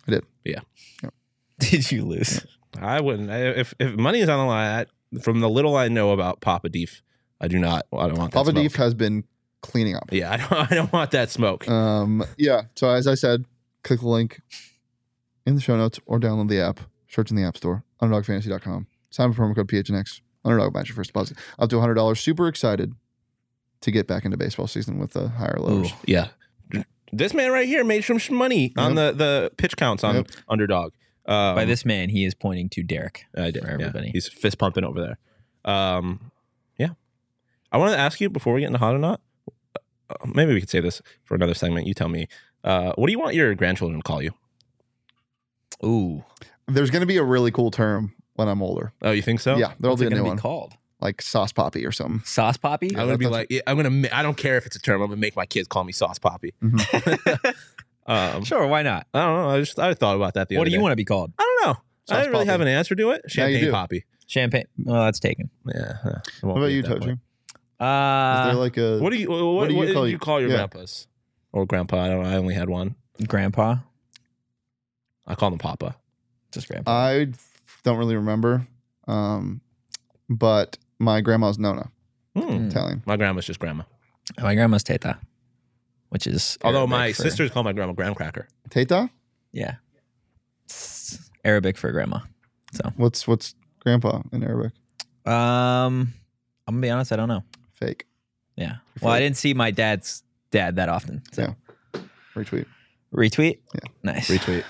A: did you lose?
C: I wouldn't. I, if if money is on the line, I, from the little I know about Papa Deef, I do not. I don't want that
B: Papa
C: smoke.
B: Deef has been cleaning up.
C: Yeah, I don't. I don't want that smoke.
B: Um, yeah. So as I said, click the link in the show notes or download the app. Search in the app store, underdogfantasy.com. Sign up for promo code PHNX. Underdog match your first deposit up to $100. Super excited to get back into baseball season with the higher lowers.
C: yeah, this man right here made some sh- money on the the pitch counts on
B: Yep.
C: underdog. Um,
A: By this man, he is pointing to Derek.
C: I did,
A: for
C: yeah.
A: everybody.
C: He's fist pumping over there. Um, yeah, I wanted to ask you before we get into hot or not. uh, Maybe we could save this for another segment. You tell me. Uh, what do you want your grandchildren to call you?
A: Ooh,
B: There's going to be a really cool term when I'm older.
C: Oh, you think so?
B: yeah, there'll
A: what's
B: be
A: it
B: a new
A: going to
B: one,
A: be called?
B: like sauce poppy or something.
A: Sauce Poppy?
C: I'm
B: Yeah,
C: gonna be
B: that's-
C: like, yeah, I'm gonna. ma- I don't care if it's a term. I'm gonna make my kids call me Sauce Poppy.
B: Mm-hmm.
C: um,
A: Sure, why not?
C: I don't know. I just I thought about that the
A: what
C: other
A: do you
C: day.
A: want to be called?
C: I don't know. I
B: Sauce
C: didn't really
B: Poppy.
C: have an answer to it.
B: Now you
C: Champagne
B: do.
C: Poppy.
A: Champagne. Well, that's taken.
C: Yeah.
B: What about you, Toji? Is
A: Uh,
B: there like a
C: What do you what, what,
B: do you
C: what did
B: call
C: you
B: you-
C: call your
B: yeah.
C: grandpas? or grandpa. I don't. I only had one.
A: Grandpa,
C: I called him Papa.
A: just grandpa.
B: I don't really remember, um, but my grandma's Nona,
C: Hmm.
B: Italian.
C: My grandma's just grandma.
A: my grandma's teta, which is
C: Although
A: Arabic
C: Uh, my
A: for-
C: sisters call my grandma graham cracker.
B: Teta?
A: yeah, it's Arabic for grandma.
B: What's what's grandpa in Arabic?
A: Um, I'm gonna be honest, I don't know.
B: Fake.
A: Yeah, well, I didn't see my dad's dad that often. So
B: Yeah. Retweet.
A: retweet,
B: Yeah.
A: nice.
C: Retweet.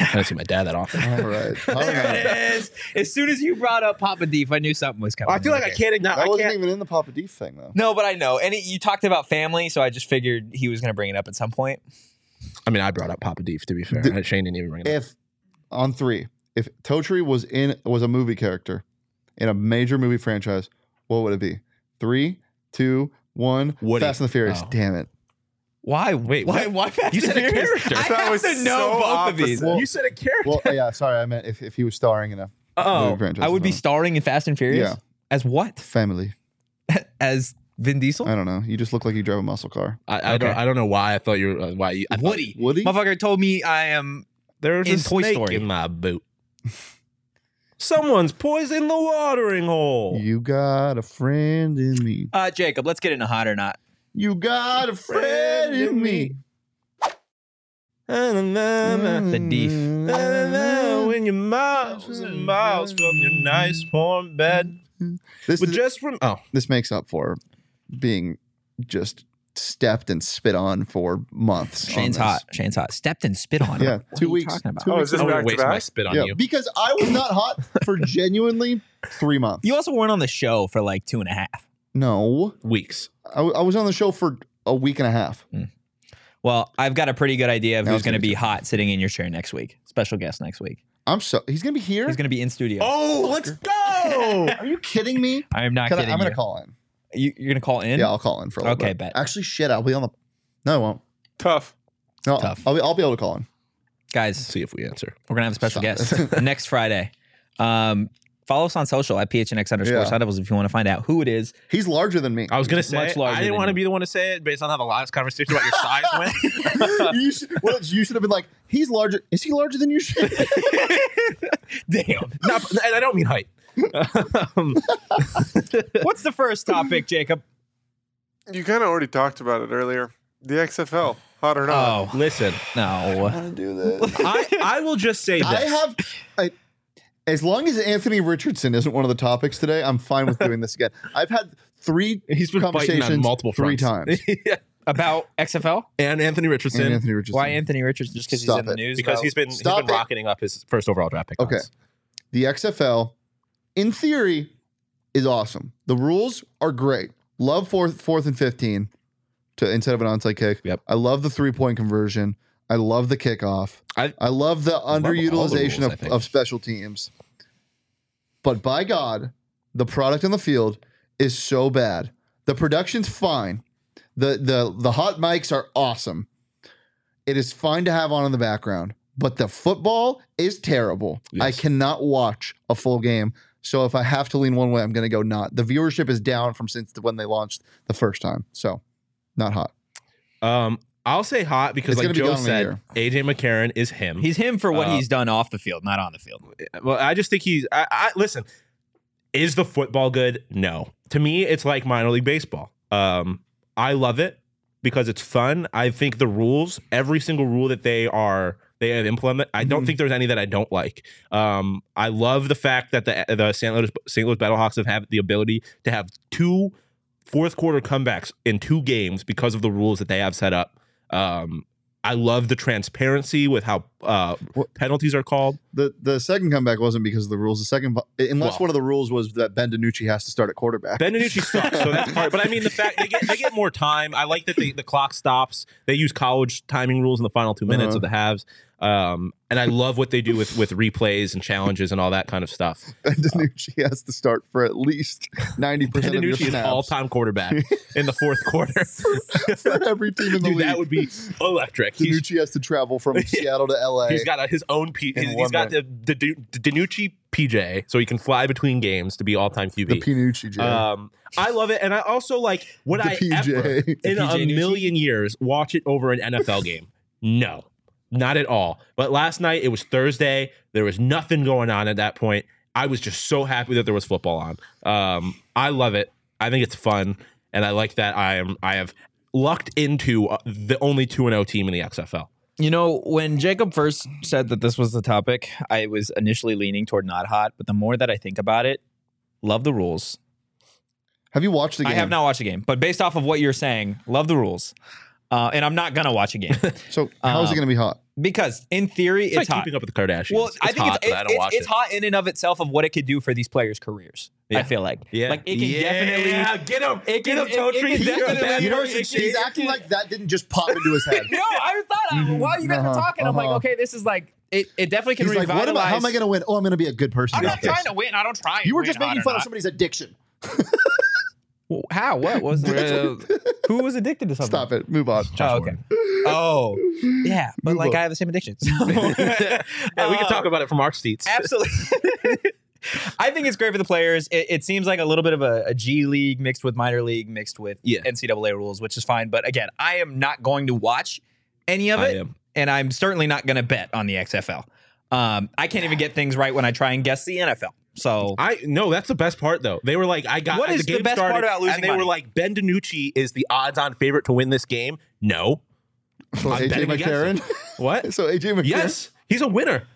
C: I don't see my dad that often.
B: All right. All
A: There
B: right.
A: it is. As soon as you brought up Papa Deef, I knew something was coming.
C: I feel like I
A: Okay.
C: can't ignore.
B: That
C: I
B: wasn't
C: can't.
B: even in the Papa Deef thing though.
A: No, but I know. And it, you talked about family, so I just figured he was going to bring it up at some point.
C: I mean, I brought up Papa Deef to be fair.
B: The-
C: Shane didn't even bring it up.
B: If on three, if Totri was in was a movie character in a major movie franchise, what would it be? Three, two, one.
C: Woody.
B: Fast and the Furious.
C: Oh.
B: Damn it.
A: Why?
C: Wait,
A: Why?
C: what?
A: Why Fast
C: You
A: and
C: said a
A: Furious?
C: character.
A: I
E: That
A: have
E: was
A: to know
E: so
A: both of these.
B: opposite.
C: you said a character.
B: Well, yeah. Sorry, I meant if, if he was starring in a
A: Oh,
B: Movie franchise
A: I would be
B: is on.
A: starring in Fast and Furious.
B: Yeah.
A: As what?
B: family.
A: As Vin Diesel?
B: I don't know. You just look like you drive a muscle car.
C: I, I don't.
A: Okay.
C: I don't know why I thought you were. Uh, why you, I thought-
A: Woody.
B: Woody?
A: Motherfucker told me I am.
C: There's
A: In
C: a
A: Toy
C: snake
A: Story.
C: in my boot. Someone's poisoned the watering hole.
B: You got a friend in me.
A: Uh, Jacob, let's get into hot or not.
B: You got a friend in me.
C: The
B: Mm-hmm.
A: Deef.
C: When you're miles and miles from your nice warm bed,
B: This,
C: but
B: is-
C: just from oh,
B: this makes up for being just stepped and spit on for months. on
A: Shane's
B: this.
A: hot. Shane's hot. Stepped and spit on.
B: Oh, Yeah,
A: him. What
B: two
A: are you
B: weeks-
A: Talking about?
E: Oh, is
C: I
E: this
C: would
E: back to
C: waste my
E: back?
C: spit on
B: Yeah,
C: you.
B: because I was not hot for genuinely three months.
A: You also weren't on the show for like two and a half.
B: no,
C: Weeks.
B: I, w- I was on the show for a week and a half.
A: Well, I've got a pretty good idea of
B: Now
A: who's
B: it's
A: going
B: gonna
A: to
B: be
A: be hot sitting in your chair next week. Special guest next week.
B: I'm so he's gonna be here. Oh,
A: He's going to be in studio.
C: Oh, let's go.
B: Are you kidding me?
A: I am not
B: Can I,
A: kidding.
B: am gonna
A: you.
B: call in.
A: You, you're gonna call in.
B: Yeah, I'll call in for a little
A: Okay,
B: bit.
A: bet.
B: Actually, shit, I'll be on the. No, I won't.
E: Tough.
B: No,
A: Tough.
B: I'll be. I'll be able to call in.
A: Guys,
C: See if we answer.
A: we're gonna have a special
B: Stop
A: guest
B: it.
A: next Friday. Um, follow us on social at phnx underscore
B: Yeah.
A: side levels if you want to find out who it is.
B: He's larger than me.
C: I was gonna
A: Much
C: say
A: larger
C: I didn't
A: than
C: want to
A: you.
C: be the one to say it based on how the last conversation about your size went.
B: you, should, well, you should have been like, he's larger. Is he larger than you? Shane?
A: Damn.
C: No, and I don't mean height. um,
A: What's the first topic, Jacob?
E: You kind of already talked about it earlier. The XFL, hot or not?
A: Oh
C: listen,
A: no.
B: want to do this.
C: I, I will just say this.
B: I have. I, as long as Anthony Richardson isn't one of the topics today, I'm fine with doing this again. I've had three
C: He's been fighting
B: conversations
C: on multiple
B: three
C: fronts.
B: times.
C: Yeah.
A: About XFL?
C: And Anthony Richardson.
B: And Anthony Richardson.
A: Why Anthony Richardson? Just because he's
B: Stop
A: in the
B: it.
A: news?
C: because
A: about-
C: he's been he's
B: Stop
C: been
B: it.
C: rocketing up his first overall draft pick.
B: Okay. the XFL, in theory, is awesome. The rules are great. Love fourth, fourth and fifteen, to instead of an onside kick.
C: Yep.
B: I love the three point conversion. I love the kickoff.
C: I-
B: I love the
C: all the
B: underutilization
C: rules, I
B: of,
C: think.
B: of special teams. But by God, the product on the field is so bad. The production's fine. The the the hot mics are awesome. It is fine to have on in the background, but the football is terrible.
C: Yes.
B: I cannot watch a full game. So if I have to lean one way, I'm going to go not. The viewership is down from since the, when they launched the first time. So not hot.
C: Um, I'll say hot because
B: It's
C: like
B: gonna be
C: Joe
B: gone in a
C: said, AJ McCarron is him.
A: he's him for what
C: Uh,
A: he's done off the field, not on the field.
C: well, I just think he's. I, I listen. Is the football good? No. To me, it's like minor league baseball. Um, I love it because it's fun. I think the rules, every single rule that they are they have implement. I don't
B: Mhm.
C: think there's any that I don't like. Um, I love the fact that the the St. Louis St. Louis Battlehawks have had the ability to have two fourth quarter comebacks in two games because of the rules that they have set up. Um, I love the transparency with how uh,
B: What-
C: penalties are called.
B: The the second comeback wasn't because of the rules. The second, unless
C: Well-
B: one of the rules was that Ben DiNucci has to start at quarterback.
C: Ben DiNucci sucks, so that's part. But I mean, the fact they get they get more time. I like that they, the clock stops. They use college timing rules in the final two minutes
B: Uh-huh.
C: of the halves, um, and I love what they do with with replays and challenges and all that kind of stuff.
B: Ben DiNucci has to start for at least ninety
C: Ben
B: percent of your
C: DiNucci is all
B: snaps
C: time quarterback in the fourth quarter.
B: for every team in the
C: Dude,
B: league.
C: that would be electric. He's,
B: DiNucci has to travel from Seattle to LA.
C: he's got a, his own piece.
B: In
C: He's, he's
B: one
C: got the, the, Du- the DiNucci PJ, so he can fly between games to be all time QB.
B: The Pinucci J.
C: Um, I love it, and I also like would
B: The
C: I
B: PJ.
C: ever
B: The
A: PJ
C: in a
A: Nucci?
C: million years watch it over an NFL game? No, not at all. But last night it was Thursday. There was nothing going on at that point. I was just so happy that there was football on. Um, I love it. I think it's fun, and I like that I am. I have lucked into uh, the only two and O team in the XFL.
A: You know, when Jacob first said that this was the topic, I was initially leaning toward not hot, but the more that I think about it, love the rules.
B: have you watched the game?
A: I have not watched a game, but based off of what you're saying, love the rules. Uh, and I'm not gonna watch a game
B: So how is it
A: Um,
B: going to be hot?
A: because, in theory,
C: It's,
A: it's,
C: like
A: hot.
C: keeping up with the Kardashians.
A: Well,
C: It's
A: I think
C: hot,
A: it's
C: but I
A: it's,
C: don't watch
A: it's, it's
C: it.
A: hot in and of itself of what it could do for these players' careers. I
C: Yeah.
A: feel like,
C: Yeah,
A: like it can definitely
C: get him,
A: it can- it- it can definitely-
B: You know, he's, he's acting like that didn't just pop into his head.
A: No, I thought I, while you guys were
B: Uh-huh,
A: talking, I'm like,
B: uh-huh.
A: okay, this is like it. It definitely can
B: He's like,
A: revitalize.
B: what about, how am I going to win? Oh, I'm going to be a good person.
A: I'm
B: about
A: not
B: this.
A: trying to win. I don't try.
B: You were just making fun of somebody's addiction.
A: somebody. How? What was? who was addicted to something?
B: Stop it. Move on.
A: Oh, okay. Oh, yeah, but
B: Move
A: like
B: on.
A: I have the same addiction.
C: yeah, we can talk about it from our seats.
A: Absolutely. I think it's great for the players. It, it seems like a little bit of a, a G League mixed with minor league mixed with
C: Yeah.
A: NCAA rules, which is fine. But again, I am not going to watch any of
C: I
A: it,
C: am.
A: and I'm certainly not going to bet on the XFL. Um, I can't even get things right when I try and guess the NFL. So
C: I no, that's the best part though. They were like, I got
A: What is the
C: game
A: best
C: started,
A: part about losing
C: And they
A: money?
C: were like, Ben DiNucci is the odds-on favorite to win this game. No,
B: So
C: I'm
B: AJ
C: betting against
B: McCarron.
C: what?
B: So AJ McCarron.
C: yes, he's a winner.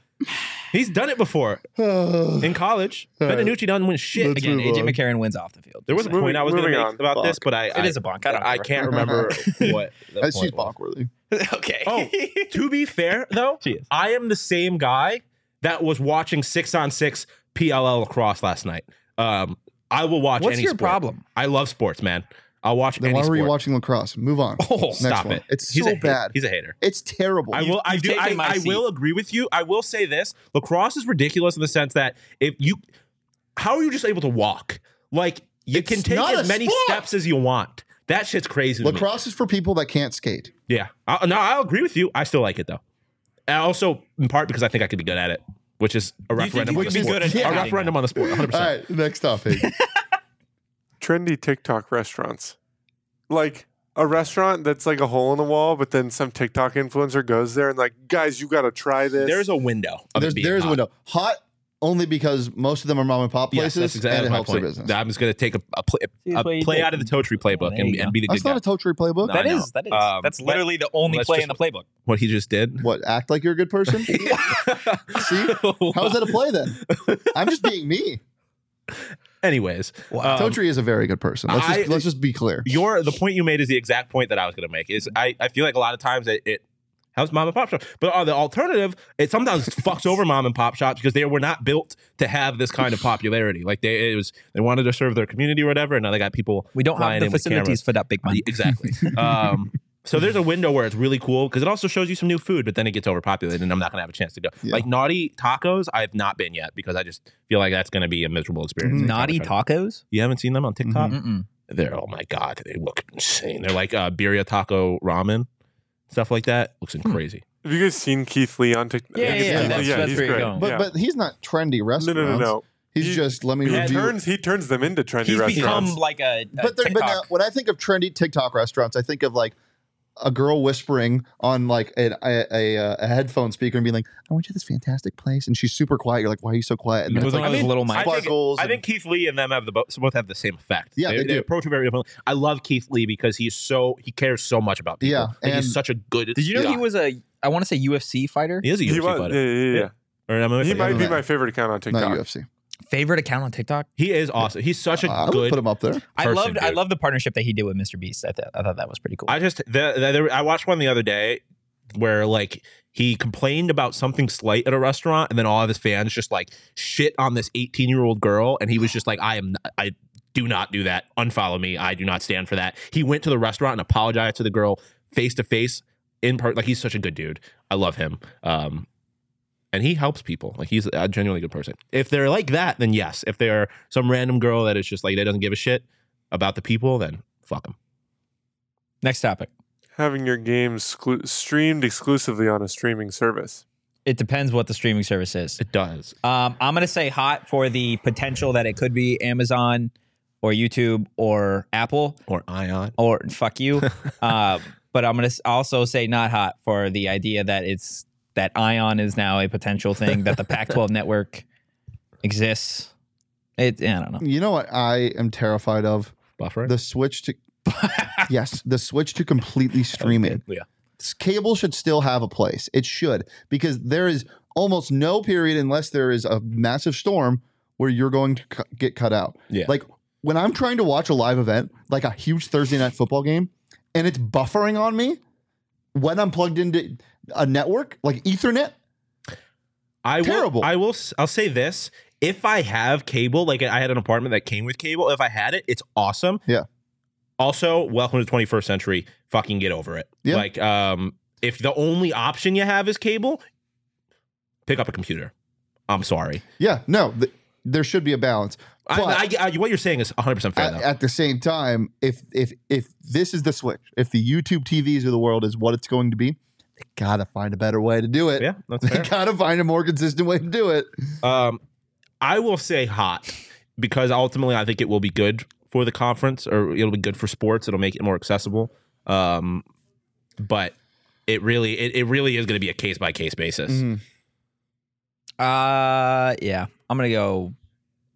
C: He's done it before in college.
B: right.
C: Ben DiNucci doesn't win shit.
B: Let's
A: again,
B: move
A: AJ
B: on.
A: McCarron wins off the field.
C: There was a
E: Moving-
C: point I was going to
E: moving
C: make
E: on.
C: about this, but I
A: It is a bonk. I don't
C: I, I
A: remember.
C: can't remember what. the
B: That's
C: point
B: she's
C: was.
B: awkwardly.
A: okay.
C: Oh, to be fair though,
A: Cheers.
C: I am the same guy that was watching six on six PLL lacrosse last night. Um, I will watch.
A: What's
C: any
A: your
C: sport.
A: problem?
C: I love sports, man. I'll watch.
B: Then
C: any
B: why were you
C: sport.
B: watching lacrosse? Move on.
A: Oh,
B: Next
C: Stop
B: one.
C: it!
B: It's
C: he's
B: so
C: a hate-
B: bad.
C: He's a hater.
B: It's terrible.
C: I will. I
A: you've
C: do.
A: taken
C: I,
A: my
C: I
A: seat.
C: will agree with you. I will say this: lacrosse is ridiculous in the sense that if you, how are you just able to walk? Like you
B: It's
C: can take
B: not
C: as
B: a
C: many
B: sport.
C: steps as you want. That shit's crazy. to me.
B: lacrosse is for people that can't skate.
C: Yeah. I, no, I'll agree with you. I still like it though. And also, in part because I think I could be good at it, which is a
A: think
C: referendum.
A: you
C: on
A: could
C: the
A: be
C: sport.
A: good at
C: a
A: everything?
C: referendum on the sport. 100.
B: All
C: percent
B: right, next topic.
E: Trendy TikTok restaurants. Like a restaurant that's like a hole in the wall, but then some TikTok influencer goes there and like, guys, you gotta try this.
C: There's a window. Of it
B: there's
C: being
B: there's a
C: hot.
B: window. Hot only because most of them are mom and pop
C: Yes,
B: places,
C: that's exactly
B: and it
C: my
B: helps
C: point.
B: their business.
C: I'm just going to take a, a, play,
A: See,
C: a
A: that's what you
C: play
A: did.
C: out of the Totri playbook
A: There
C: and,
A: you
C: and
A: go.
C: be the
B: That's
C: good
B: not
C: guy.
B: a Totri playbook.
C: No.
A: that
C: I know.
A: is that is
C: Um,
A: that's literally the only
C: let's
A: play
C: just-
A: in the playbook.
C: What he just did.
B: What? Act like you're a good person. See, how is that a play then? I'm just being me.
C: Anyways,
A: Wow.
C: um,
B: Totri is a very good person. Let's just,
C: I-
B: let's just be clear.
C: your the point you made is the exact point that I was going to make. Is I, I feel like a lot of times it, it helps mom and pop shops, but on the alternative, it sometimes fucks over mom and pop shops because they were not built to have this kind of popularity. Like they it was they wanted to serve their community or whatever, and now they got people
A: We don't
C: flying
A: have the
C: in with
A: facilities for that big
C: cameras.
A: money.
C: exactly. um, so there's a window where it's really cool because it also shows you some new food, but then it gets overpopulated, and I'm not gonna have a chance to go.
B: Yeah.
C: Like naughty tacos, I have not been yet because I just feel like that's gonna be a miserable experience.
B: Mm-hmm.
A: Naughty Mm-hmm.
C: tacos.
A: tacos?
C: You haven't seen them on TikTok?
B: Mhm.
A: Mm-mm.
C: they're oh my god, they look insane. They're like uh, birria taco ramen stuff like that. Looks
A: Hmm.
C: crazy.
E: Have you guys seen Keith Lee on TikTok?
A: Yeah, yeah,
B: yeah, that's-
A: that's
E: he's
A: where you're
E: great.
A: going.
B: But
E: yeah.
B: but he's not trendy
E: no,
B: restaurants.
E: no, no, no.
B: He's
E: He-
B: just let me
E: He
B: review.
E: turns he turns them into trendy
A: He's
E: restaurants.
A: become like a, a
B: but there, but now,
A: TikTok.
B: when I think of trendy TikTok restaurants, I think of like a girl whispering on like an, a, a uh, a headphone speaker and being like, "I went to this fantastic place," and she's super quiet. You're like, "Why are you so quiet?" And
A: It
B: then
A: was one
B: it's like,
A: of those
C: mean,
A: little mics.
C: I think-
B: sparkles.
C: I think Keith Lee and them have the bo- both have the same effect.
B: Yeah,
C: they,
B: they do.
C: approach it very differently. I love Keith Lee because he's so he cares so much about people.
B: Yeah,
C: and
B: and-
C: he's such a good.
A: Did you know
C: guy.
A: he was a I want to say UFC fighter?
C: He is a UFC
E: he was, yeah,
C: fighter.
E: yeah, yeah.
C: Yeah. Or am I-
E: He might be
B: that.
E: my favorite account on
B: not
E: TikTok.
B: UFC.
A: Favorite account on TikTok?
C: He is awesome. He's such a
B: Uh, I would
C: good.
B: put him up there.
A: I
C: Person,
A: loved I
C: dude.
A: loved the partnership that he did with Mr. Beast. I thought I thought that was pretty cool.
C: I just the, the, there- I watched one the other day where like he complained about something slight at a restaurant, and then all of his fans just like shit on this eighteen year old girl, and he was just like, "I am, not, I do not do that. Unfollow me. I do not stand for that." He went to the restaurant and apologized to the girl face to face in part. Like he's such a good dude. I love him. Um, and he helps people. Like he's a genuinely good person. If they're like that, then yes. If they're some random girl that is just like that doesn't give a shit about the people, then fuck them.
A: Next topic.
E: Having your games sclu- streamed exclusively on a streaming service.
A: It depends what the streaming service is.
C: It does.
A: Um, I'm gonna say hot for the potential that it could be Amazon or YouTube or Apple
C: Or ion.
A: or fuck you. uh, but I'm gonna s- also say not hot for the idea that it's that Ion is now a potential thing that the Pac-12 network exists. It I don't know.
B: You know what I am terrified of?
C: Buffer.
B: The switch to yes, the switch to completely streaming.
C: Yeah.
B: S- Cable should still have a place. It should because there is almost no period unless there is a massive storm where you're going to cu- get cut out.
C: Yeah.
B: Like when I'm trying to watch a live event, like a huge Thursday night football game, and it's buffering on me when I'm plugged into a network like Ethernet.
C: I will,
B: Terrible.
C: I will. s- I'll say this: if I have cable, like I had an apartment that came with cable. If I had it, it's awesome.
B: Yeah.
C: Also, welcome to the 21st century. Fucking get over it.
B: Yeah.
C: Like, um, if the only option you have is cable, pick up a computer. I'm sorry.
B: Yeah, no, th- there should be a balance.
C: I, I, I- what you're saying is 100 percent fair.
B: at,
C: though.
B: at the same time, if if if this is the switch, if the YouTube TVs of the world is what it's going to be, they gotta find a better way to do it.
C: yeah, that's
B: They
C: fair.
B: gotta find a more consistent way to do it.
C: Um, I will say hot because ultimately I think it will be good for the conference or it'll be good for sports. It'll make it more accessible. Um, but it really, it, it really is going to be a case by case basis.
B: Mm-hmm.
A: Uh, yeah, I'm gonna go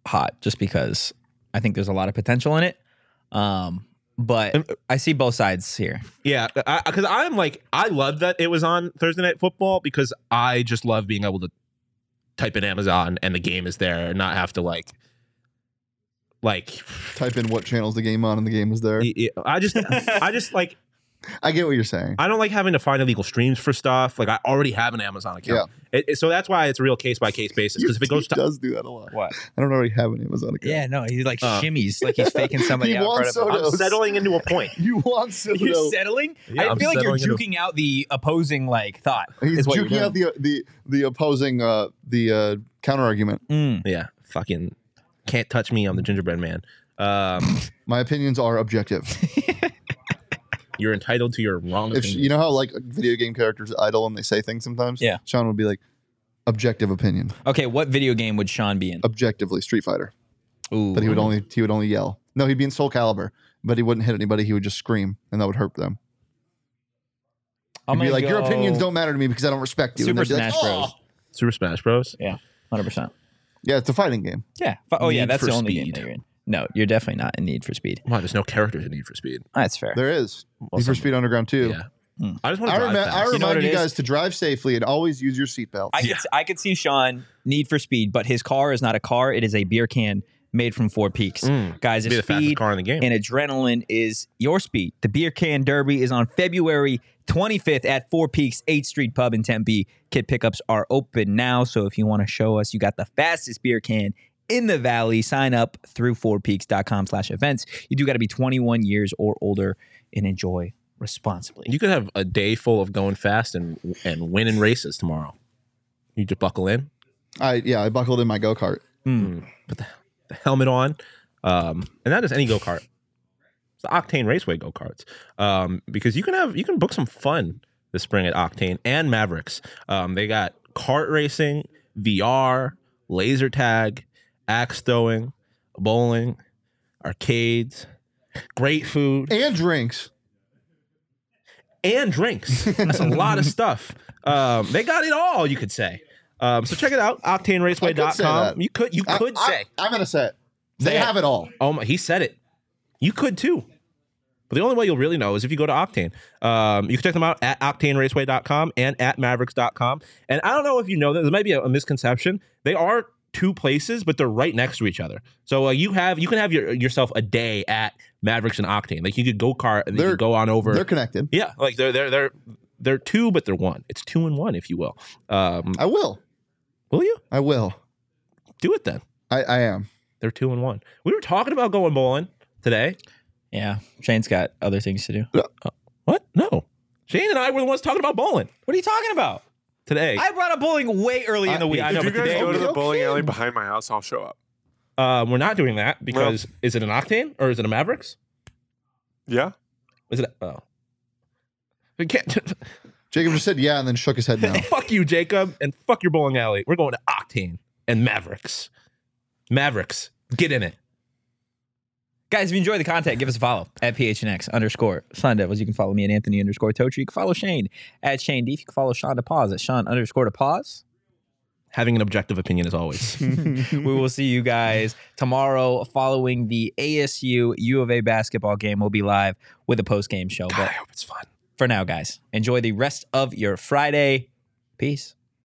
A: hot just because I think there's a lot of potential in it. Um,
C: Um,
B: uh,
A: but I see both sides here.
C: Yeah, because I'm like, I love that it was on Thursday Night Football because I just love being able to type in Amazon and the game is there and not have to like, like,
B: Type in what channels the game on, and the game is there.
C: y- y- I just, I just like.
B: I get what you're saying.
C: I don't like having to find illegal streams for stuff. Like I already have an Amazon account, It- it- so that's why it's a real case by case basis. Because if it goes
B: he
C: to
B: does do that a lot.
A: What?
B: I don't already have an Amazon account.
A: Yeah, no, he like
C: Uh.
A: shimmies, like he's faking somebody
B: He
A: out. in front
B: wants
A: of him.
B: soda.
C: I'm settling into a point.
B: You want
A: You're
B: Citadel?
A: settling.
C: Yeah,
A: I
C: I'm
A: feel like you're
C: settling
A: juking out the opposing like thought.
B: He's
A: is what you're
B: juking out the the the opposing uh, the uh, counter argument.
A: Mm.
C: Yeah, fucking can't touch me. I'm the gingerbread man. Um,
B: My opinions are objective.
C: you're entitled to your wrong
B: if
C: opinion.
B: you know how like video game characters idle and they say things sometimes.
A: Yeah.
B: Sean would be like, objective opinion,
A: Okay, what video game would Sean be in?
B: objectively Street Fighter,
A: Ooh.
B: but he would only he would only yell. No, he'd be in Soul Calibur, but he wouldn't hit anybody. He would just scream, and that would hurt them. He'd
A: I'm
B: be
A: gonna
B: like, your
A: go
B: opinions don't matter to me because I don't respect you.
A: Oh Super
B: and they'd be like,
A: Smash Bros.
B: "Oh!"
C: Super Smash Bros.
A: Yeah, hundred percent.
B: Yeah, it's a fighting game.
A: Yeah. Fu- Oh yeah,
C: Need
A: that's
C: for
A: the only game
C: Speed.
A: that you're in. No, you're definitely not in Need for Speed.
C: Wow, there's no characters in Need for Speed.
A: That's fair.
B: There is
C: Well,
B: Need for
C: some-
B: Speed Underground too.
C: Yeah, I just want
B: I,
C: to drive
B: rem- I
C: fast.
A: You know what
B: remind
A: it
B: you,
A: is?
B: guys to drive safely and always use your seatbelt.
A: I could, I could see Sean Need for Speed, but his car is not a car; it is a beer can made from Four Peaks.
C: Mm.
A: Guys,
C: Be the
A: it's
C: fastest
A: speed
C: car in the game.
A: and adrenaline is your speed. The Beer Can Derby is on February 25th at Four Peaks 8th Street Pub in Tempe. Kid pickups are open now, so if you want to show us you got the fastest beer can in the valley, sign up through fourpeaks.com slash events. You do got to be 21 years or older and enjoy responsibly.
C: you could have a day full of going fast and and winning races tomorrow. You just buckle in,
B: I yeah, I buckled in my go kart.
A: Hmm.
C: Mm. put the, the helmet on, um, and not just any go kart. It's the Octane Raceway go karts, um, because you can have you can book some fun this spring at Octane and Mavericks. Um, they got kart racing, VR, laser tag, axe throwing, bowling, arcades, great food
B: and drinks.
C: and drinks. That's a lot of stuff. Um, they got it all, you could say. Um, so check it out,
B: I could say that.
C: octaneraceway.com. You could you
B: I-
C: could
B: I,
C: say.
B: I'm gonna say it. They
C: Say it.
B: have it all.
C: Oh my, he said it. You could too. But the only way you'll really know is if you go to Octane. Um, you can check them out at octaneraceway.com and at mavericks.com. And I don't know if you know that there might be a, a misconception. They are two places, but they're right next to each other. So uh, you have you can have your, yourself a day at Mavericks and Octane. Like you could go car and you
B: They're-
C: could go on over.
B: They're connected.
C: Yeah, like they're they're they're they're two, but they're one. It's two and one, if you will. Um,
B: I will.
C: will you
B: I will.
C: do it then?
B: I, I am.
C: They're two and one. We were talking about going bowling today.
A: Yeah, Shane's got other things to do.
C: What? No, Shane and I were the ones talking about bowling
A: What are you talking about?
C: today.
A: I brought up bowling way early in the
B: I-
A: week.
C: yeah, I know,
E: If you
C: but
E: guys
C: today-
E: go to the
B: Okay.
E: bowling alley behind my house, I'll show up.
C: uh, we're not doing that because is it an Octane or is it a Mavericks?
E: Yeah.
C: Is it? A, oh, we can't.
B: Jacob just said yeah and then shook his head no.
C: fuck you, Jacob, and fuck your bowling alley. We're going to Octane and Mavericks. Mavericks, get in it.
A: Guys, if you enjoy the content, give us a follow at PHNX underscore Sun Devils. You can follow me at Anthony underscore Tochi. You can follow Shane at Shane Deef. You can follow Sean to pause at Sean underscore to pause.
C: Having an objective opinion as always.
A: we will see you guys tomorrow following the ASU U of A basketball game. We'll be live with a post game show.
C: God, I
A: But
C: hope it's fun.
A: for now, guys, enjoy the rest of your Friday. Peace.